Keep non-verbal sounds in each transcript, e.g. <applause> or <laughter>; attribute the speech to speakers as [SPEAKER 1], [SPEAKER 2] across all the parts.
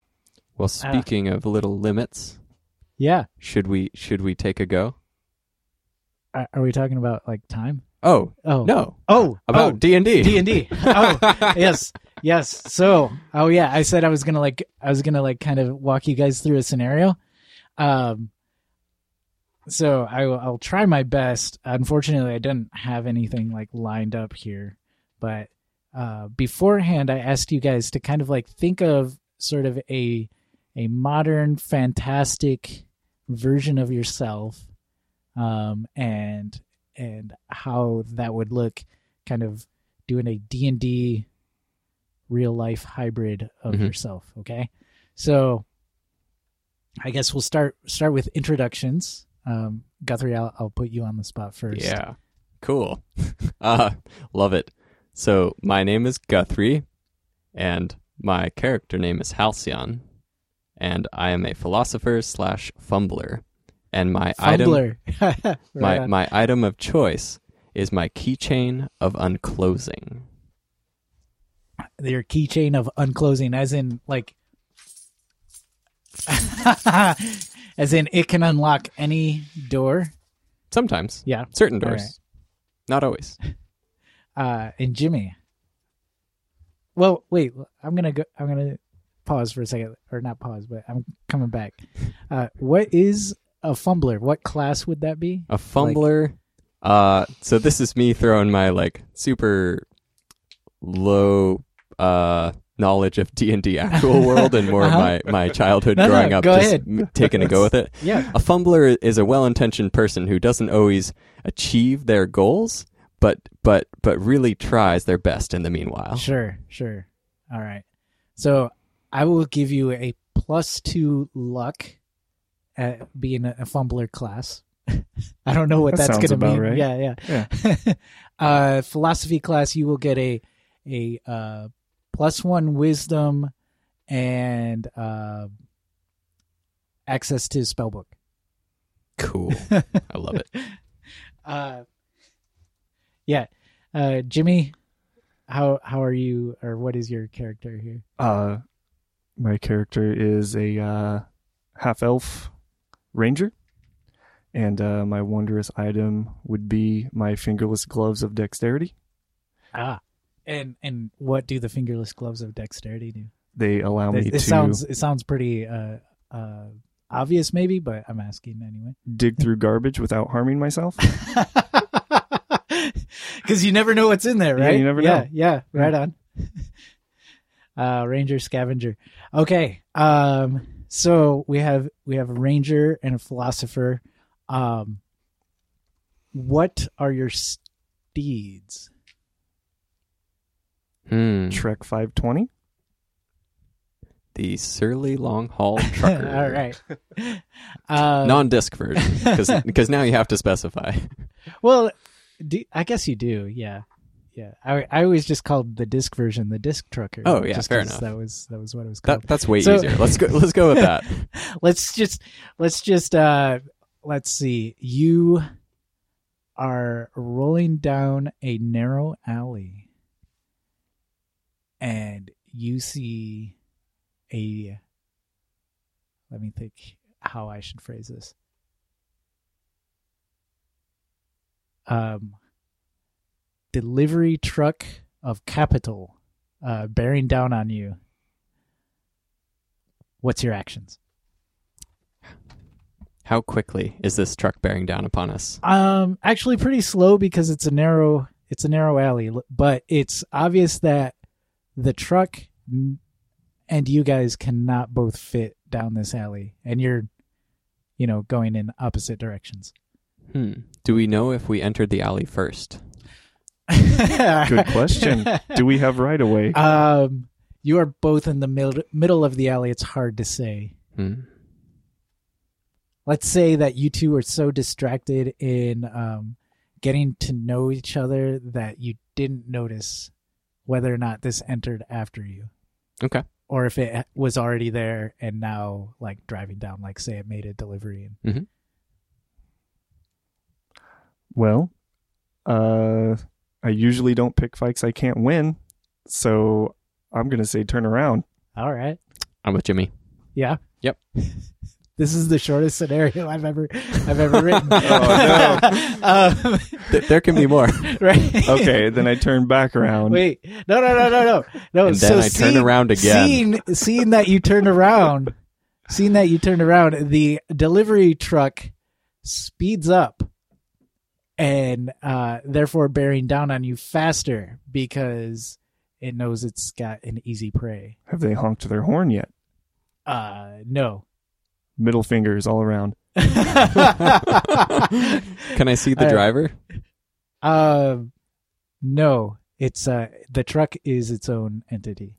[SPEAKER 1] Ah.
[SPEAKER 2] Well, speaking of little limits,
[SPEAKER 1] Yeah.
[SPEAKER 2] should we should we take a go?
[SPEAKER 1] Are are we talking about like time?
[SPEAKER 2] Oh
[SPEAKER 1] Oh
[SPEAKER 2] no,
[SPEAKER 1] Oh,
[SPEAKER 2] about D and D.
[SPEAKER 1] D
[SPEAKER 2] <laughs>
[SPEAKER 1] and D. Oh, yes, yes. So, oh yeah, I said I was gonna like, I was gonna like, kind of walk you guys through a scenario. Um, so I, will- I'll try my best. Unfortunately, I didn't have anything like lined up here, but uh, beforehand, I asked you guys to kind of like think of sort of a a modern fantastic version of yourself, um, and and how that would look kind of doing a D&D real life hybrid of
[SPEAKER 2] Mhm.
[SPEAKER 1] yourself, okay? So I guess we'll start start with introductions. Um, Guthrie, I'll, I'll put you on the spot first.
[SPEAKER 2] Yeah, cool. <laughs> uh, love it. So my name is Guthrie, and my character name is Halcyon, and I am a philosopher slash fumbler, and my item
[SPEAKER 1] Fumbler. <laughs> Right
[SPEAKER 2] my,
[SPEAKER 1] on.
[SPEAKER 2] my item of choice is my keychain of unclosing.
[SPEAKER 1] Your keychain of unclosing, as in like, <laughs> as in it can unlock any door.
[SPEAKER 2] Sometimes,
[SPEAKER 1] Yeah.
[SPEAKER 2] certain
[SPEAKER 1] All
[SPEAKER 2] doors, not always.
[SPEAKER 1] uh, and Jimmy. Well, wait. I'm gonna go. I'm gonna pause for a second, or not pause, but I'm coming back. Uh, what is a fumbler? What class would that be?
[SPEAKER 2] A fumbler. uh, so this is me throwing my like super low uh knowledge of D and D
[SPEAKER 1] <laughs>
[SPEAKER 2] actual world and more
[SPEAKER 1] Uh-huh.
[SPEAKER 2] of my my childhood
[SPEAKER 1] No, no,
[SPEAKER 2] growing up.
[SPEAKER 1] go
[SPEAKER 2] just
[SPEAKER 1] ahead.
[SPEAKER 2] m- taking a go with it.
[SPEAKER 1] Yeah.
[SPEAKER 2] A fumbler is a well-intentioned person who doesn't always achieve their goals, but but but really tries their best in the
[SPEAKER 3] Oh.
[SPEAKER 2] meanwhile.
[SPEAKER 1] Sure. Sure. All right. So I will give you a plus two luck at being a, a fumbler class. <laughs> I don't know what
[SPEAKER 3] That
[SPEAKER 1] that's
[SPEAKER 3] sounds
[SPEAKER 1] gonna
[SPEAKER 3] about
[SPEAKER 1] mean.
[SPEAKER 3] right.
[SPEAKER 1] Yeah. Yeah.
[SPEAKER 3] Yeah.
[SPEAKER 1] <laughs> uh, philosophy class, you will get a a uh, plus one wisdom and uh, access to spellbook. <laughs>
[SPEAKER 2] Cool. I love it.
[SPEAKER 1] Uh, yeah, uh, Jimmy, how how are you, or what is your character here?
[SPEAKER 3] Uh, my character is a uh, half elf ranger, and uh, my wondrous item would be my fingerless gloves of dexterity.
[SPEAKER 1] Ah, and and what do the fingerless gloves of dexterity do?
[SPEAKER 3] They allow me
[SPEAKER 1] It,
[SPEAKER 3] to
[SPEAKER 1] it sounds it sounds pretty uh, uh, obvious, maybe, but I'm asking anyway. <laughs>
[SPEAKER 3] dig through garbage without harming myself.
[SPEAKER 1] Mm-hmm. Because you never know what's in there,
[SPEAKER 3] Yeah,
[SPEAKER 1] right?
[SPEAKER 3] you never
[SPEAKER 1] yeah,
[SPEAKER 3] know.
[SPEAKER 1] Yeah, right on. <laughs> uh, ranger scavenger. Okay, um, so we have we have a ranger and a philosopher. Um, what are your steeds? <laughs>
[SPEAKER 2] Hmm.
[SPEAKER 3] Trek five twenty.
[SPEAKER 2] The surly long
[SPEAKER 1] <laughs>
[SPEAKER 2] haul trucker.
[SPEAKER 1] All right. <laughs> Uh,
[SPEAKER 2] Non-disc
[SPEAKER 1] <laughs>
[SPEAKER 2] version, because now you have to specify.
[SPEAKER 1] Well, do, I guess you do. Yeah, yeah. I I always just called the disc version the disc trucker.
[SPEAKER 2] Oh, yeah,
[SPEAKER 1] just
[SPEAKER 2] fair
[SPEAKER 1] 'cause
[SPEAKER 2] enough.
[SPEAKER 1] That was that was what it was called.
[SPEAKER 2] That, that's way
[SPEAKER 1] So-
[SPEAKER 2] easier.
[SPEAKER 1] <laughs>
[SPEAKER 2] Let's go. Let's go with that.
[SPEAKER 1] let's just let's just uh let's see you are rolling down a narrow alley and you see a let me think how i should phrase this um delivery truck of capital uh bearing down on you what's your actions
[SPEAKER 2] How quickly is this truck bearing down upon us?
[SPEAKER 1] Um, actually, pretty slow because it's a narrow it's a narrow alley, l- but it's obvious that the truck n- and you guys cannot both fit down this alley, and you're, you know, going in opposite
[SPEAKER 3] <laughs>
[SPEAKER 1] directions.
[SPEAKER 2] Hmm. Do we know if we entered the alley first?
[SPEAKER 1] Good <laughs>
[SPEAKER 3] question. Do we have right away?
[SPEAKER 1] um, you are both in the middle middle of the alley. It's hard to say.
[SPEAKER 2] Hmm.
[SPEAKER 1] let's say that you two were so distracted in um, getting to know each other that you didn't notice whether or not this entered after you
[SPEAKER 2] Okay.
[SPEAKER 1] or if it was already there and now like driving down like say it made a delivery and
[SPEAKER 3] Well, uh, I usually don't pick fights I can't win, so I'm gonna say turn around.
[SPEAKER 1] <laughs> all right
[SPEAKER 2] I'm with Jimmy.
[SPEAKER 1] Yeah.
[SPEAKER 2] Yep.
[SPEAKER 1] <laughs> This is the shortest scenario I've ever I've ever written. <laughs>
[SPEAKER 2] Oh, Th- there can be more.
[SPEAKER 1] Um, right.
[SPEAKER 3] Okay, then I turn back around.
[SPEAKER 1] Wait. No, no, no, no, no. No.
[SPEAKER 2] And
[SPEAKER 1] so
[SPEAKER 2] then I turn
[SPEAKER 1] seeing-
[SPEAKER 2] around again.
[SPEAKER 1] Seeing seeing that you turned around, seeing that you turned around, the delivery truck speeds up and uh therefore bearing down on you faster because it knows it's got an easy prey.
[SPEAKER 3] Have they honked their horn yet?
[SPEAKER 1] Uh
[SPEAKER 2] <laughs>
[SPEAKER 1] no. <laughs>
[SPEAKER 3] Middle fingers all around.
[SPEAKER 2] Can I see the
[SPEAKER 1] All right.
[SPEAKER 2] driver?
[SPEAKER 1] Um, no, it's uh the truck is its own entity.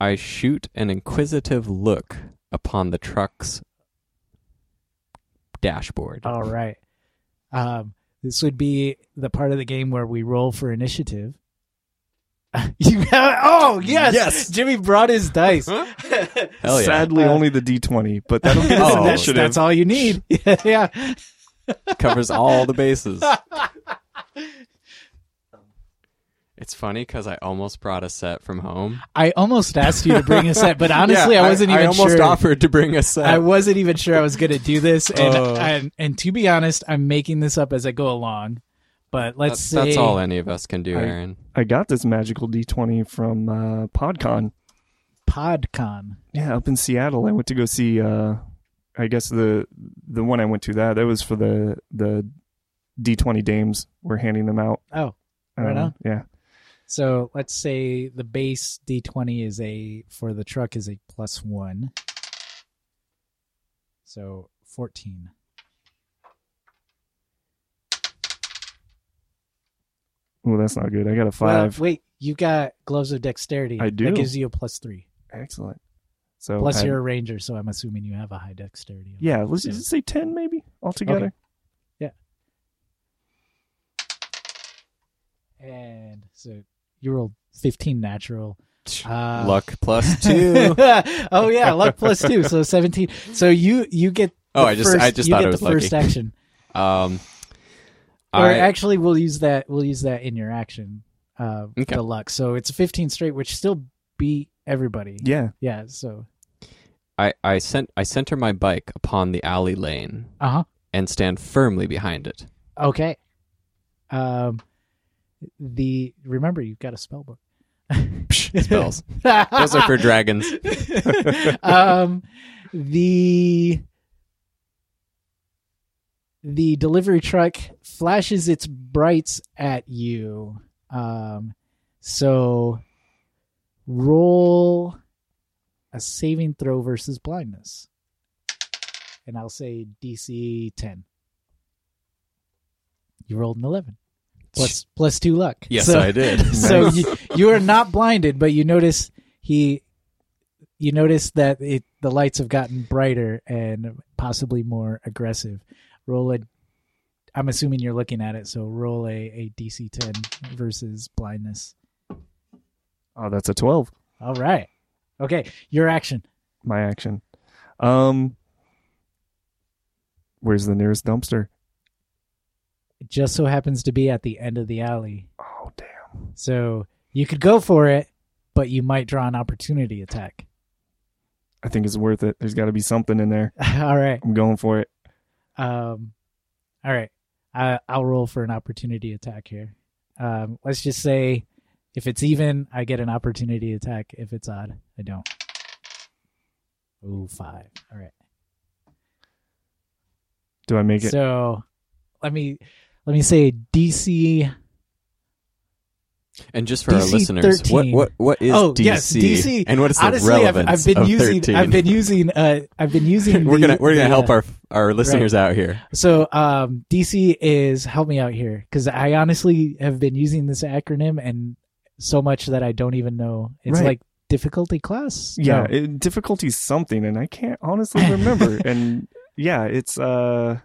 [SPEAKER 2] I shoot an inquisitive look upon the truck's dashboard.
[SPEAKER 1] All right. Um, this would be the part of the game where we roll for initiative. <laughs> you have, oh yes,
[SPEAKER 2] Yes.
[SPEAKER 1] Jimmy brought his dice.
[SPEAKER 2] Hell yeah.
[SPEAKER 3] Sadly,
[SPEAKER 1] Uh,
[SPEAKER 3] only the D20, but that'll get us
[SPEAKER 2] <laughs> Oh,
[SPEAKER 1] that's,
[SPEAKER 3] initiative.
[SPEAKER 1] that's all you need. <laughs> yeah.
[SPEAKER 2] Covers all the <laughs> bases. it's funny because I almost brought a set from home.
[SPEAKER 1] I almost asked you to bring a set, but
[SPEAKER 2] <laughs>
[SPEAKER 1] honestly,
[SPEAKER 2] Yeah,
[SPEAKER 1] I wasn't even
[SPEAKER 2] I almost
[SPEAKER 1] sure.
[SPEAKER 2] offered to bring a set.
[SPEAKER 1] I wasn't even sure I was going to do this, and,
[SPEAKER 2] Oh.
[SPEAKER 1] and and to be honest, I'm making this up as I go along. But let's
[SPEAKER 2] that's,
[SPEAKER 1] say
[SPEAKER 2] that's all any of us can do,
[SPEAKER 3] I-
[SPEAKER 2] Aaron.
[SPEAKER 3] I got this magical D20 from uh, PodCon.
[SPEAKER 1] PodCon.
[SPEAKER 3] Yeah, up in Seattle, I went to go see. Uh, I guess the the one I went to that that was for the the D20 dames. We're handing them out.
[SPEAKER 1] Oh, Right
[SPEAKER 3] Uh,
[SPEAKER 1] on.
[SPEAKER 3] Yeah,
[SPEAKER 1] so let's say the base D20 is a for the truck is a plus one. So fourteen.
[SPEAKER 3] well, that's not good. I got a five.
[SPEAKER 1] Well, wait, you got gloves of dexterity.
[SPEAKER 3] I do.
[SPEAKER 1] That gives you a plus three.
[SPEAKER 3] Excellent. So
[SPEAKER 1] Plus,
[SPEAKER 3] I-
[SPEAKER 1] you're a ranger, so I'm assuming you have a high dexterity.
[SPEAKER 3] yeah. Let's just say ten, maybe altogether.
[SPEAKER 1] And so you rolled fifteen natural. Uh, <laughs>
[SPEAKER 2] Luck plus two.
[SPEAKER 1] oh yeah, luck plus two, so seventeen. So you you get.
[SPEAKER 2] Oh,
[SPEAKER 1] the
[SPEAKER 2] I just-
[SPEAKER 1] first-
[SPEAKER 2] I just
[SPEAKER 1] you
[SPEAKER 2] thought
[SPEAKER 1] get
[SPEAKER 2] it was
[SPEAKER 1] the first
[SPEAKER 2] lucky.
[SPEAKER 1] action.
[SPEAKER 2] um,
[SPEAKER 1] Or
[SPEAKER 2] I,
[SPEAKER 1] actually, we'll use that. We'll use that in your action. Uh,
[SPEAKER 2] Okay.
[SPEAKER 1] The luck. So it's fifteen straight, which still beat everybody.
[SPEAKER 3] Yeah.
[SPEAKER 1] Yeah. So.
[SPEAKER 2] I, I sent I center my bike upon the alley lane
[SPEAKER 1] Uh huh.
[SPEAKER 2] and stand firmly behind it.
[SPEAKER 1] Okay. Um, the remember you've got a spell book. <laughs>
[SPEAKER 2] Spells. Those are for dragons.
[SPEAKER 1] um, the the delivery truck flashes its brights at you. Um, so roll a saving throw versus blindness, and I'll say DC ten. You rolled an eleven. Plus plus two luck.
[SPEAKER 2] Yes,
[SPEAKER 1] So-
[SPEAKER 2] I did.
[SPEAKER 1] <laughs> so
[SPEAKER 3] Nice.
[SPEAKER 1] you, you are not blinded, but you notice he, you notice that it the lights have gotten brighter and possibly more aggressive. Roll a, I'm assuming you're looking at it, so roll a, a DC 10 versus blindness.
[SPEAKER 3] Oh, that's a twelve.
[SPEAKER 1] All right, okay, your action.
[SPEAKER 3] My action. Um, where's the nearest dumpster?
[SPEAKER 1] It just so happens to be at the end of the alley,
[SPEAKER 3] Oh damn.
[SPEAKER 1] so you could go for it, but you might draw an opportunity attack. <laughs>
[SPEAKER 3] I think it's worth it. There's got to be something in there.
[SPEAKER 1] All right,
[SPEAKER 3] I'm going for it.
[SPEAKER 1] Um, all right, I, I'll roll for an opportunity attack here. Um, let's just say if it's even, I get an opportunity attack. If it's odd, I don't. Ooh, five. All right.
[SPEAKER 3] Do I make it?
[SPEAKER 1] So let me let me say DC.
[SPEAKER 2] And just for our
[SPEAKER 1] DC
[SPEAKER 2] listeners, what
[SPEAKER 1] 13.
[SPEAKER 2] what what is
[SPEAKER 1] Oh,
[SPEAKER 2] DC,
[SPEAKER 1] yes, DC.
[SPEAKER 2] and what is
[SPEAKER 1] Honestly,
[SPEAKER 2] the
[SPEAKER 1] I've,
[SPEAKER 2] relevance
[SPEAKER 1] I've been
[SPEAKER 2] of
[SPEAKER 1] using
[SPEAKER 2] 13?
[SPEAKER 1] I've been using uh
[SPEAKER 2] <laughs>
[SPEAKER 1] I've been using.
[SPEAKER 2] we're
[SPEAKER 1] the-
[SPEAKER 2] gonna we're gonna
[SPEAKER 1] the,
[SPEAKER 2] help
[SPEAKER 1] uh,
[SPEAKER 2] our our listeners out here.
[SPEAKER 1] So um, DC is help me out here because I honestly have been using this acronym and so much that I don't even know. It's
[SPEAKER 3] Right.
[SPEAKER 1] like difficulty class.
[SPEAKER 3] yeah
[SPEAKER 1] No.
[SPEAKER 3] it, difficulty's something and i can't honestly
[SPEAKER 1] <laughs>
[SPEAKER 3] remember and yeah it's uh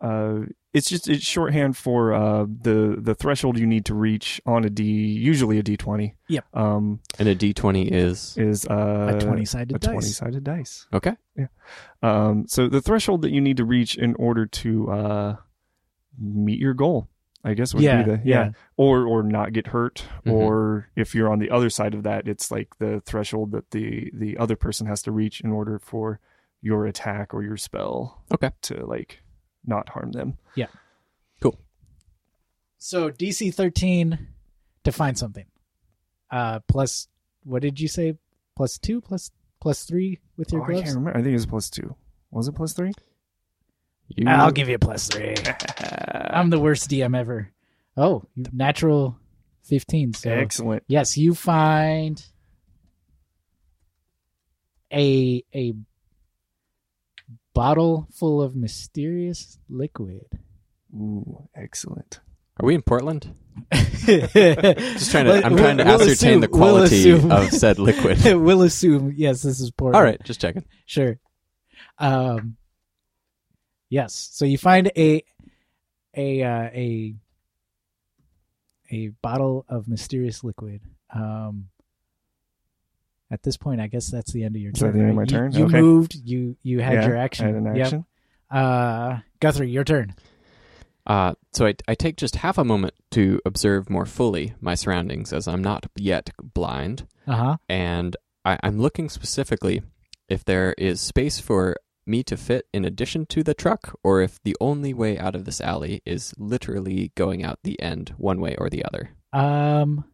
[SPEAKER 3] uh it's just it's shorthand for uh the the threshold you need to reach on a d usually a d20
[SPEAKER 1] Yep.
[SPEAKER 3] um
[SPEAKER 2] And a D twenty is
[SPEAKER 3] is uh
[SPEAKER 1] a twenty sided
[SPEAKER 3] a
[SPEAKER 1] dice.
[SPEAKER 3] 20 sided dice
[SPEAKER 2] okay.
[SPEAKER 3] um so the threshold that you need to reach in order to uh meet your goal I guess would
[SPEAKER 1] Yeah,
[SPEAKER 3] be the
[SPEAKER 1] yeah. Mm-hmm.
[SPEAKER 3] or or not get hurt
[SPEAKER 2] Mhm.
[SPEAKER 3] or if you're on the other side of that it's like the threshold that the the other person has to reach in order for your attack or your spell
[SPEAKER 2] Okay.
[SPEAKER 3] to like not harm them.
[SPEAKER 1] So DC 13 to find something. Uh plus what did you say? Plus 2 plus plus 3 with your
[SPEAKER 3] Oh, I
[SPEAKER 1] gloves?
[SPEAKER 3] can't remember. I think it was plus 2. Was it plus 3?
[SPEAKER 2] You,
[SPEAKER 1] Ah, I'll give you a plus
[SPEAKER 3] <laughs>
[SPEAKER 1] 3. I'm the worst DM ever. Oh, you- natural 15. So
[SPEAKER 3] Excellent.
[SPEAKER 1] yes, you find a a bottle full of mysterious liquid.
[SPEAKER 3] Ooh, excellent.
[SPEAKER 2] Are we in Portland? <laughs> Just
[SPEAKER 1] Just
[SPEAKER 2] trying to. I'm trying to ascertain the quality of said liquid.
[SPEAKER 1] <laughs> we'll assume yes this is portland
[SPEAKER 2] All right, just checking.
[SPEAKER 1] sure um yes so you find a a uh, a a bottle of mysterious liquid um at this point i guess that's the end of your
[SPEAKER 3] Is that
[SPEAKER 1] turn
[SPEAKER 3] the end of
[SPEAKER 1] right?
[SPEAKER 3] my
[SPEAKER 1] You-
[SPEAKER 3] turn?
[SPEAKER 1] you,
[SPEAKER 3] Okay.
[SPEAKER 1] moved you you had
[SPEAKER 3] Yeah,
[SPEAKER 1] your
[SPEAKER 3] I
[SPEAKER 1] action
[SPEAKER 3] had an
[SPEAKER 1] Yep.
[SPEAKER 3] action.
[SPEAKER 1] uh guthrie your turn
[SPEAKER 2] Uh, so I, I take just half a moment to observe more fully my surroundings, as I'm not yet blind.
[SPEAKER 1] uh-huh
[SPEAKER 2] and I, I'm looking specifically if there is space for me to fit in addition to the truck, or if the only way out of this alley is literally going out the end, one way or the other.
[SPEAKER 1] um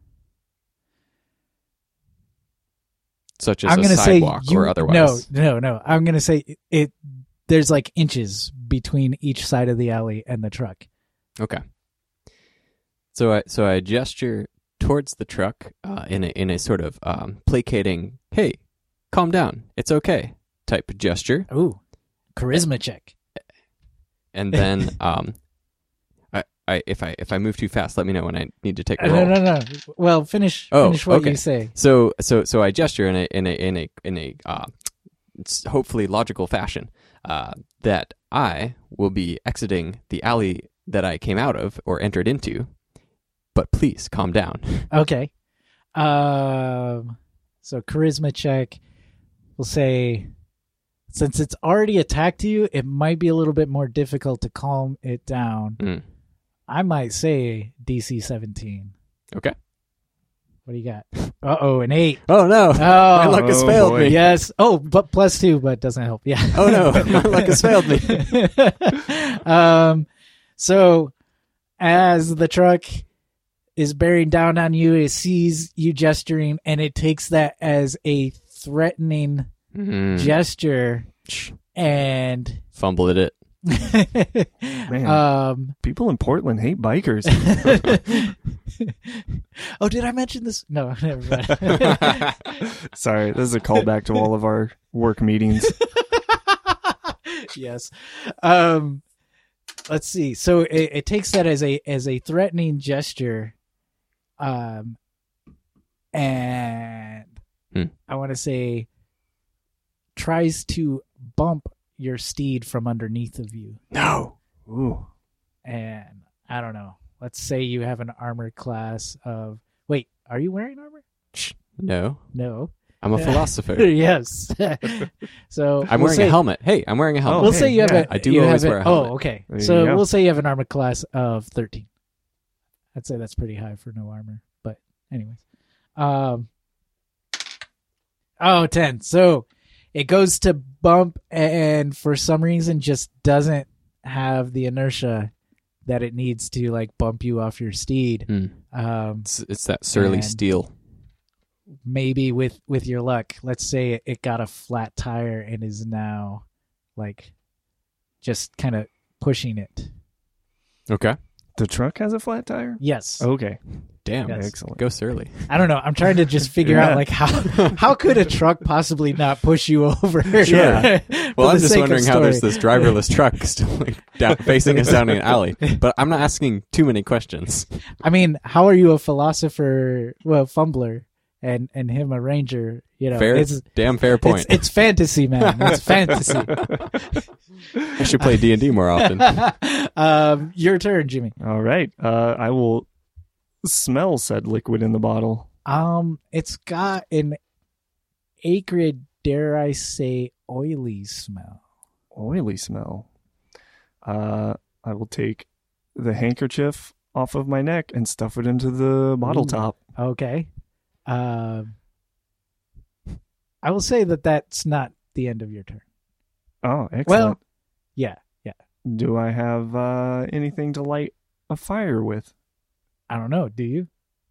[SPEAKER 2] Such as
[SPEAKER 1] I'm
[SPEAKER 2] a
[SPEAKER 1] gonna
[SPEAKER 2] sidewalk
[SPEAKER 1] say you,
[SPEAKER 2] or otherwise.
[SPEAKER 1] No, no, no. I'm gonna say it, There's like inches between each side of the alley and the truck.
[SPEAKER 2] Okay. So I so I gesture towards the truck uh, in a in a sort of um, placating, "Hey, calm down, it's okay" type gesture,
[SPEAKER 1] Ooh, charisma check.
[SPEAKER 2] and then <laughs> um, I, I if I if I move too fast, let me know when I need to take a
[SPEAKER 1] Uh,
[SPEAKER 2] roll.
[SPEAKER 1] No, no, no. Well, finish.
[SPEAKER 2] Oh,
[SPEAKER 1] finish what
[SPEAKER 2] okay.
[SPEAKER 1] you say.
[SPEAKER 2] So so so I gesture in a in a in a in a uh, s- hopefully logical fashion uh, that I will be exiting the alley that I came out of or entered into. But please calm down.
[SPEAKER 1] Okay. Um. So charisma check. We'll say, since it's already attacked you, it might be a little bit more difficult to calm it down.
[SPEAKER 2] Mm.
[SPEAKER 1] I might say DC 17.
[SPEAKER 2] Okay.
[SPEAKER 1] What do you got? Uh oh,
[SPEAKER 2] <laughs>
[SPEAKER 1] an eight.
[SPEAKER 2] <laughs> Oh no,
[SPEAKER 1] Oh,
[SPEAKER 2] my luck has
[SPEAKER 3] Oh,
[SPEAKER 2] failed
[SPEAKER 3] boy.
[SPEAKER 2] me.
[SPEAKER 1] <laughs> Yes. Oh, but plus two, but doesn't help. Yeah.
[SPEAKER 2] Oh, no. <laughs> My
[SPEAKER 1] <laughs>
[SPEAKER 2] luck has failed me.
[SPEAKER 1] um, so as the truck is bearing down on you, it sees you gesturing, and it takes that as a threatening
[SPEAKER 2] Mm.
[SPEAKER 1] gesture,
[SPEAKER 2] Shh.
[SPEAKER 1] and <laughs>
[SPEAKER 2] Fumbled at it.
[SPEAKER 1] um,
[SPEAKER 2] <laughs>
[SPEAKER 1] <laughs>
[SPEAKER 3] People in Portland hate bikers.
[SPEAKER 1] oh, did I mention this? No, <laughs> never
[SPEAKER 2] <laughs>
[SPEAKER 1] mind.
[SPEAKER 3] Sorry, this is a callback to all of our
[SPEAKER 1] <laughs>
[SPEAKER 3] work meetings.
[SPEAKER 1] yes. Um, let's see. So it, it takes that as a as a threatening gesture, um, and
[SPEAKER 2] Hmm.
[SPEAKER 1] I want to say tries to bump your steed from underneath of you,
[SPEAKER 2] <laughs> No.
[SPEAKER 3] Ooh.
[SPEAKER 1] and I don't know. Let's say you have an armor class of wait, are you wearing armor?
[SPEAKER 2] No.
[SPEAKER 1] No.
[SPEAKER 2] I'm a <laughs>
[SPEAKER 1] Yeah.
[SPEAKER 2] philosopher.
[SPEAKER 1] <laughs> yes. so
[SPEAKER 2] I'm
[SPEAKER 1] we'll
[SPEAKER 2] wearing
[SPEAKER 1] say-
[SPEAKER 2] a helmet. Oh, Hey, I'm wearing a helmet.
[SPEAKER 1] we'll
[SPEAKER 3] hey,
[SPEAKER 1] say you have
[SPEAKER 3] yeah.
[SPEAKER 1] a.
[SPEAKER 2] I do
[SPEAKER 1] you
[SPEAKER 2] always
[SPEAKER 1] have
[SPEAKER 2] wear a helmet.
[SPEAKER 1] Oh, okay.
[SPEAKER 3] There
[SPEAKER 1] So
[SPEAKER 3] you go.
[SPEAKER 1] we'll say you have an armor class of thirteen. I'd say that's pretty high for no armor, but anyways. Um. Oh, 10. So it goes to bump, and for some reason, just doesn't have the inertia that it needs to like bump you off your steed.
[SPEAKER 2] Hmm.
[SPEAKER 1] Um,
[SPEAKER 2] It's, it's that surly
[SPEAKER 1] And-
[SPEAKER 2] steel.
[SPEAKER 1] maybe with with your luck let's say it, it got a flat tire and is now like just kind of pushing it
[SPEAKER 2] Okay.
[SPEAKER 3] The truck has a flat tire?
[SPEAKER 1] yes
[SPEAKER 2] Oh.
[SPEAKER 3] Okay.
[SPEAKER 2] Damn.
[SPEAKER 1] Yes.
[SPEAKER 3] Excellent.
[SPEAKER 2] Go <laughs> surly.
[SPEAKER 1] i don't know i'm trying to just figure
[SPEAKER 3] Yeah.
[SPEAKER 1] out like how
[SPEAKER 2] <laughs>
[SPEAKER 1] how could a truck possibly not push you over
[SPEAKER 2] Sure.
[SPEAKER 1] <laughs> For
[SPEAKER 2] Well, I'm
[SPEAKER 1] the
[SPEAKER 2] just
[SPEAKER 1] sake of
[SPEAKER 2] wondering how there's
[SPEAKER 1] story.
[SPEAKER 2] this driverless truck <laughs> still like down, facing us down an <laughs> alley. But I'm not asking too many <laughs> questions.
[SPEAKER 1] i mean how are you a philosopher well fumbler and and him a ranger you know
[SPEAKER 2] fair,
[SPEAKER 1] it's
[SPEAKER 2] damn fair point.
[SPEAKER 1] it's it's fantasy man
[SPEAKER 2] <laughs>
[SPEAKER 1] it's fantasy
[SPEAKER 2] I should play D and D <laughs> more often.
[SPEAKER 1] <laughs> um your turn jimmy
[SPEAKER 3] All right. Uh, I will smell said liquid in the bottle.
[SPEAKER 1] Um, it's got an acrid, dare I say, oily smell.
[SPEAKER 3] Oily smell. Uh, I will take the handkerchief off of my neck and stuff it into the bottle
[SPEAKER 1] Ooh.
[SPEAKER 3] top.
[SPEAKER 1] Okay. Um, I will say that that's not the end of your turn.
[SPEAKER 3] Oh, excellent.
[SPEAKER 1] Well, yeah, yeah.
[SPEAKER 3] do I have uh, anything to light a fire with?
[SPEAKER 1] I don't know. Do you?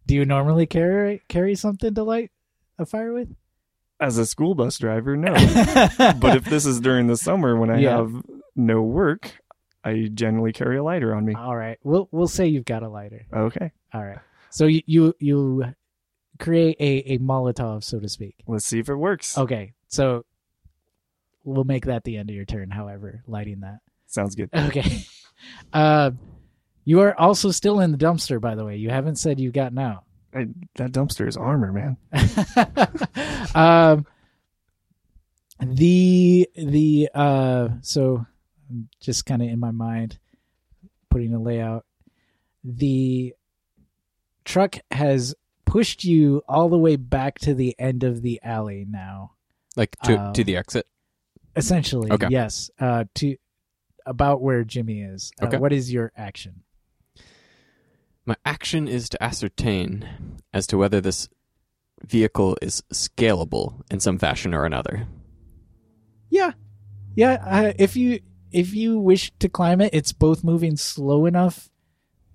[SPEAKER 1] Do you normally carry carry something to light a fire with?
[SPEAKER 3] As a school bus driver, no.
[SPEAKER 1] <laughs>
[SPEAKER 3] but
[SPEAKER 1] but
[SPEAKER 3] if this is during the summer when I
[SPEAKER 1] Yeah.
[SPEAKER 3] have no work, I generally carry a lighter on me.
[SPEAKER 1] all right, we'll we'll say you've got a lighter.
[SPEAKER 3] Okay,
[SPEAKER 1] All right. So you you, you create a, a Molotov, so to speak.
[SPEAKER 3] let's see if it works.
[SPEAKER 1] Okay. So we'll make that the end of your turn. However, lighting that. <laughs>
[SPEAKER 3] Sounds good.
[SPEAKER 1] Okay. Uh, you are also still in the dumpster, by the way. You haven't said you've gotten out. <laughs>
[SPEAKER 3] I, that dumpster is armor, man.
[SPEAKER 1] um, the the uh, so I'm just kind of in my mind putting a layout. The truck has pushed you all the way back to the end of the alley now.
[SPEAKER 2] Like to
[SPEAKER 1] Um,
[SPEAKER 2] to the exit.
[SPEAKER 1] Essentially,
[SPEAKER 2] Okay.
[SPEAKER 1] yes. Uh, to about where Jimmy is. Uh,
[SPEAKER 2] Okay.
[SPEAKER 1] What is your action?
[SPEAKER 2] My action is to ascertain as to whether this vehicle is scalable in some fashion or another.
[SPEAKER 1] Yeah, yeah. Uh, if you if you wish to climb it, it's both moving slow enough,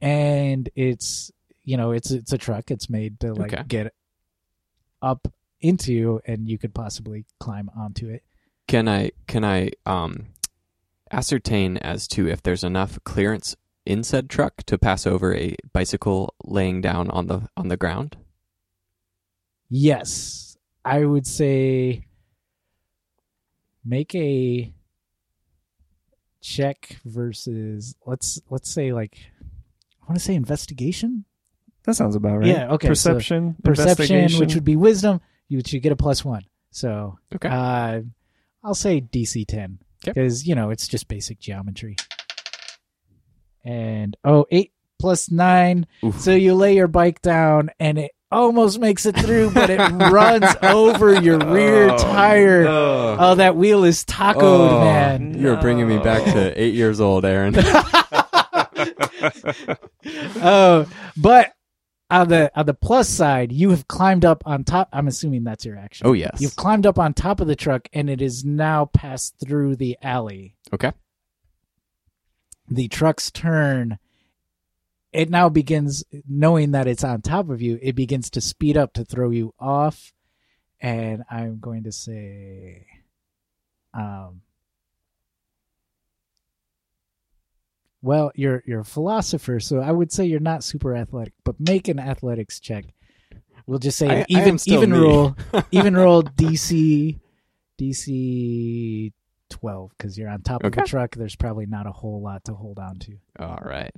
[SPEAKER 1] and it's you know it's it's a truck. It's made to like
[SPEAKER 2] Okay.
[SPEAKER 1] get up into, and you could possibly climb onto it.
[SPEAKER 2] Can I can I um ascertain as to if there's enough clearance in said truck to pass over a bicycle laying down on the on the ground?
[SPEAKER 1] Yes, I would say make a check versus let's let's say like I want to say investigation.
[SPEAKER 3] That sounds about right.
[SPEAKER 1] Yeah, okay, so
[SPEAKER 3] Perception,
[SPEAKER 1] perception,
[SPEAKER 3] investigation.
[SPEAKER 1] which would be wisdom, you would should get a plus one. So
[SPEAKER 2] Okay.
[SPEAKER 1] uh, I'll say DC 10
[SPEAKER 2] Okay.
[SPEAKER 1] because, you know, it's just basic geometry. And oh, eight plus nine.
[SPEAKER 2] Oof.
[SPEAKER 1] So you lay your bike down and it almost makes it through,
[SPEAKER 2] <laughs>
[SPEAKER 1] but it runs over your rear
[SPEAKER 3] Oh,
[SPEAKER 1] tire.
[SPEAKER 3] no.
[SPEAKER 1] Oh, that wheel is tacoed,
[SPEAKER 2] Oh, <laughs>
[SPEAKER 1] man. <laughs>
[SPEAKER 2] You're bringing me back
[SPEAKER 3] No.
[SPEAKER 2] to eight years old, Aaron.
[SPEAKER 1] Oh, but on the on the plus side, you have climbed up on top. I'm assuming that's your action.
[SPEAKER 2] oh yes.
[SPEAKER 1] You've climbed up on top of the truck and it is now passed through the alley.
[SPEAKER 2] Okay.
[SPEAKER 1] The truck's turn. It now begins, knowing that it's on top of you, it begins to speed up to throw you off. And I'm going to say, um, well, you're you're a philosopher, so I would say you're not super athletic, but make an athletics check. We'll just say
[SPEAKER 2] I- I
[SPEAKER 1] an even
[SPEAKER 2] am still
[SPEAKER 1] even
[SPEAKER 2] me. <laughs>
[SPEAKER 1] roll even roll DC DC 12 because you're on top of
[SPEAKER 2] Okay.
[SPEAKER 1] a truck. There's probably not a whole lot to hold on to.
[SPEAKER 2] All right.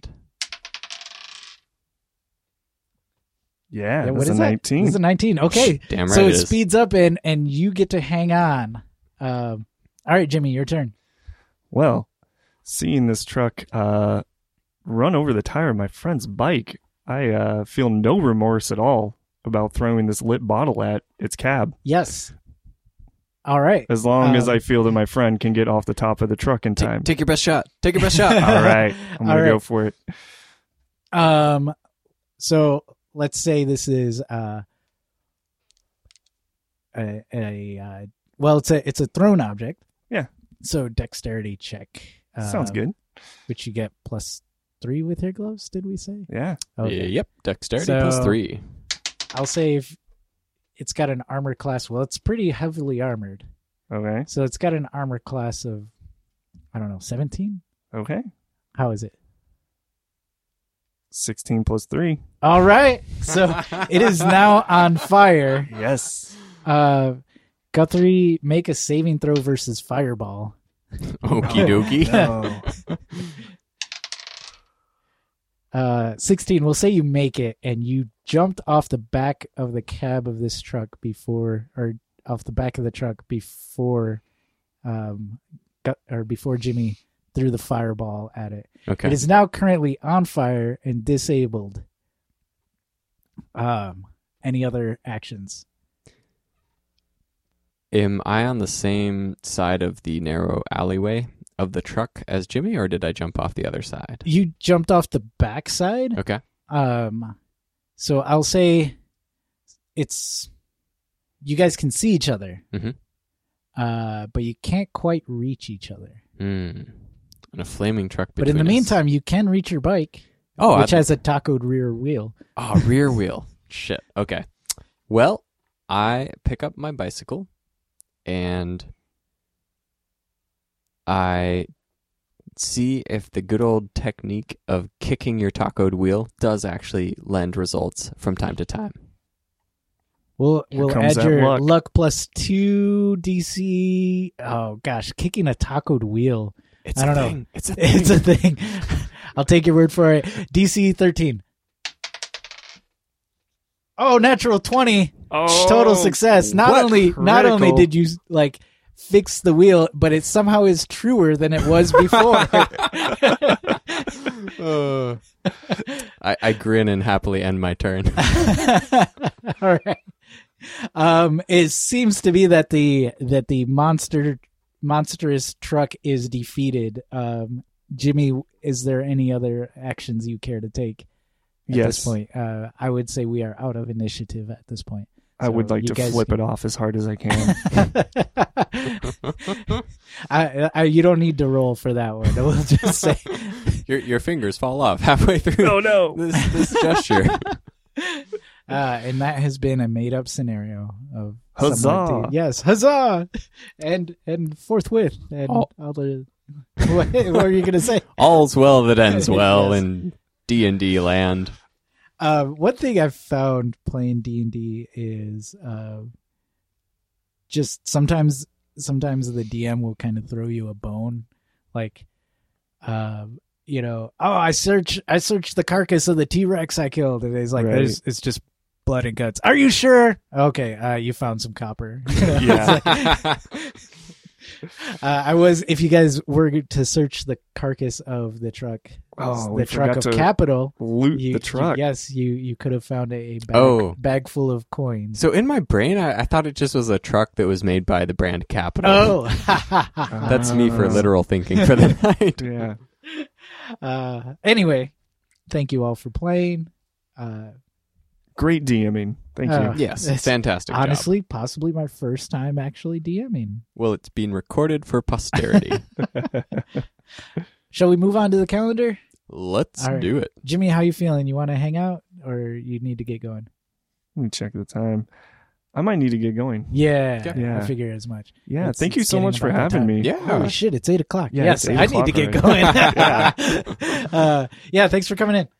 [SPEAKER 3] Yeah,
[SPEAKER 1] Yeah,
[SPEAKER 3] that's a
[SPEAKER 1] that?
[SPEAKER 3] 19.
[SPEAKER 1] This is a 19. Okay.
[SPEAKER 2] Damn right
[SPEAKER 1] so
[SPEAKER 2] it
[SPEAKER 1] it
[SPEAKER 2] is.
[SPEAKER 1] speeds up and and you get to hang on. Um, all right, Jimmy, your turn.
[SPEAKER 3] Well, seeing this truck uh, run over the tire of my friend's bike, I uh, feel no remorse at all about throwing this lit bottle at its cab.
[SPEAKER 1] Yes. All right.
[SPEAKER 3] As long as
[SPEAKER 1] Um,
[SPEAKER 3] I feel that my friend can get off the top of the truck in
[SPEAKER 2] Ta-
[SPEAKER 3] time.
[SPEAKER 2] take your best shot. Take your best shot.
[SPEAKER 3] <laughs>
[SPEAKER 2] <laughs>
[SPEAKER 3] all right, I'm
[SPEAKER 1] All
[SPEAKER 3] gonna go
[SPEAKER 1] right.
[SPEAKER 3] for it.
[SPEAKER 1] Um, so let's say this is uh, a, a uh, well, it's a it's a thrown object.
[SPEAKER 3] Yeah.
[SPEAKER 1] So dexterity check.
[SPEAKER 3] Sounds
[SPEAKER 1] um,
[SPEAKER 3] good.
[SPEAKER 1] Which you get plus three with your gloves. Did we say?
[SPEAKER 3] Yeah,
[SPEAKER 2] Yep. Dexterity plus
[SPEAKER 1] Oh, So-
[SPEAKER 2] three.
[SPEAKER 1] I'll say if it's got an armor class. Well, it's pretty heavily armored,
[SPEAKER 3] okay,
[SPEAKER 1] so it's got an armor class of I don't know seventeen.
[SPEAKER 3] okay.
[SPEAKER 1] How is it?
[SPEAKER 3] 16 plus 3.
[SPEAKER 1] All right. <laughs>
[SPEAKER 3] <laughs>
[SPEAKER 1] So it is now on fire.
[SPEAKER 3] Yes.
[SPEAKER 1] Uh, Guthrie, make a saving throw versus Fireball.
[SPEAKER 2] <laughs> Okie dokie.
[SPEAKER 1] <laughs>
[SPEAKER 3] No.
[SPEAKER 1] Uh, 16, we'll say you make it, and you jumped off the back of the cab of this truck before, or off the back of the truck before, um, Gut- or before Jimmy threw the Fireball at it.
[SPEAKER 2] Okay.
[SPEAKER 1] It is now currently on fire and disabled. Um, any other actions?
[SPEAKER 2] Am I on the same side of the narrow alleyway of the truck as Jimmy, or did I jump off the other side?
[SPEAKER 1] You jumped off the backside.
[SPEAKER 2] Okay.
[SPEAKER 1] Um, so I'll say it's you guys can see each other,
[SPEAKER 2] Mhm.
[SPEAKER 1] uh, but you can't quite reach each other.
[SPEAKER 2] Hmm. And a flaming truck.
[SPEAKER 1] But in the
[SPEAKER 2] between us.
[SPEAKER 1] meantime, you can reach your bike,
[SPEAKER 2] oh,
[SPEAKER 1] which
[SPEAKER 2] I,
[SPEAKER 1] has a tacoed rear wheel.
[SPEAKER 2] oh, rear wheel. Shit. Okay. Well, I pick up my bicycle, and I see if the good old technique of kicking your tacoed wheel does actually lend results from time to time.
[SPEAKER 1] We'll
[SPEAKER 3] Here
[SPEAKER 1] we'll
[SPEAKER 3] comes
[SPEAKER 1] add
[SPEAKER 3] that
[SPEAKER 1] your luck.
[SPEAKER 3] luck.
[SPEAKER 1] plus two DC. Oh gosh, kicking a tacoed wheel. <laughs>
[SPEAKER 2] It's
[SPEAKER 1] I
[SPEAKER 2] a
[SPEAKER 1] don't know.
[SPEAKER 2] thing. It's a thing.
[SPEAKER 1] It's a thing. <laughs> I'll take your word for it. DC thirteen. Oh, natural twenty.
[SPEAKER 3] <laughs> Oh,
[SPEAKER 1] total success. Not
[SPEAKER 3] what
[SPEAKER 1] only not
[SPEAKER 3] critical-
[SPEAKER 1] only did you like fix the wheel, but it somehow is truer than it was
[SPEAKER 3] <laughs>
[SPEAKER 1] before. <laughs>
[SPEAKER 2] Uh, I, I grin and happily end my turn.
[SPEAKER 1] <laughs>
[SPEAKER 2] <laughs>
[SPEAKER 1] All right. Um, it seems to be that the that the monster monstrous truck is defeated. Um, Jimmy, is there any other actions you care to take at
[SPEAKER 3] yes,
[SPEAKER 1] this point? Uh, I would say we are out of initiative at this point.
[SPEAKER 3] I would
[SPEAKER 1] So
[SPEAKER 3] like
[SPEAKER 1] you
[SPEAKER 3] to
[SPEAKER 1] guys
[SPEAKER 3] flip
[SPEAKER 1] can-
[SPEAKER 3] it off as hard as
[SPEAKER 1] <laughs>
[SPEAKER 3] I can. <laughs>
[SPEAKER 1] I, I, you don't need to roll for that one. We'll just say <laughs>
[SPEAKER 2] your your fingers fall off halfway through
[SPEAKER 3] oh no!
[SPEAKER 2] <laughs> this this <laughs> gesture.
[SPEAKER 1] Uh, and that has been a made up scenario of
[SPEAKER 3] Huzzah.
[SPEAKER 1] someone to- yes, huzzah, and and forthwith and
[SPEAKER 2] Oh.
[SPEAKER 1] other. <laughs> what, what are you gonna say?
[SPEAKER 2] All's well that ends well
[SPEAKER 1] Yes.
[SPEAKER 2] in D and D land.
[SPEAKER 1] Uh, one thing I've found playing D and D is uh, just sometimes sometimes the DM will kind of throw you a bone, like, um, you know, oh, I search I searched the carcass of the T Rex I killed, and it's like
[SPEAKER 3] Right.
[SPEAKER 1] there's it's just blood and guts. Are you sure? Okay, uh, you found some copper. <laughs> You know, it's
[SPEAKER 3] Yeah.
[SPEAKER 1] <laughs>
[SPEAKER 2] <laughs>
[SPEAKER 1] Uh, I was, if you guys were to search the carcass of the truck,
[SPEAKER 3] Oh, we
[SPEAKER 1] the truck
[SPEAKER 3] forgot
[SPEAKER 1] of
[SPEAKER 3] to
[SPEAKER 1] capital,
[SPEAKER 3] Loot
[SPEAKER 1] you,
[SPEAKER 3] the truck.
[SPEAKER 1] you- yes, you you could have found a bag,
[SPEAKER 2] Oh.
[SPEAKER 1] bag full of coins.
[SPEAKER 2] so in my brain, I, I thought it just was a truck that was made by the brand Capital.
[SPEAKER 1] Oh, <laughs>
[SPEAKER 2] That's me for
[SPEAKER 3] Ah.
[SPEAKER 2] literal thinking for the night.
[SPEAKER 3] Yeah.
[SPEAKER 1] uh, anyway, thank you all for playing. Uh,
[SPEAKER 3] Great DMing. Thank you.
[SPEAKER 1] Uh,
[SPEAKER 2] Yes,
[SPEAKER 1] That's-
[SPEAKER 2] fantastic. job.
[SPEAKER 1] honestly, possibly my first time actually DMing.
[SPEAKER 2] well, it's being recorded for posterity.
[SPEAKER 1] <laughs> Oh.
[SPEAKER 3] <laughs>
[SPEAKER 1] Shall we move on to the calendar?
[SPEAKER 2] Let's
[SPEAKER 1] All right.
[SPEAKER 2] do it.
[SPEAKER 1] Jimmy, how you feeling? You want to hang out or you need to get going?
[SPEAKER 3] Let me check the time. I might need to get going.
[SPEAKER 1] Yeah,
[SPEAKER 3] Yeah.
[SPEAKER 1] I figure as much.
[SPEAKER 3] Yeah.
[SPEAKER 1] It's-
[SPEAKER 3] thank you
[SPEAKER 1] it's
[SPEAKER 3] so
[SPEAKER 1] getting
[SPEAKER 3] much for
[SPEAKER 1] about that time.
[SPEAKER 3] having me.
[SPEAKER 2] Yeah.
[SPEAKER 1] Holy shit, it's eight o'clock.
[SPEAKER 3] Yeah,
[SPEAKER 1] yes,
[SPEAKER 3] it's eight
[SPEAKER 1] I need to get
[SPEAKER 3] o'clock already.
[SPEAKER 1] <laughs> going.
[SPEAKER 3] Yeah.
[SPEAKER 1] uh, yeah, thanks for coming in.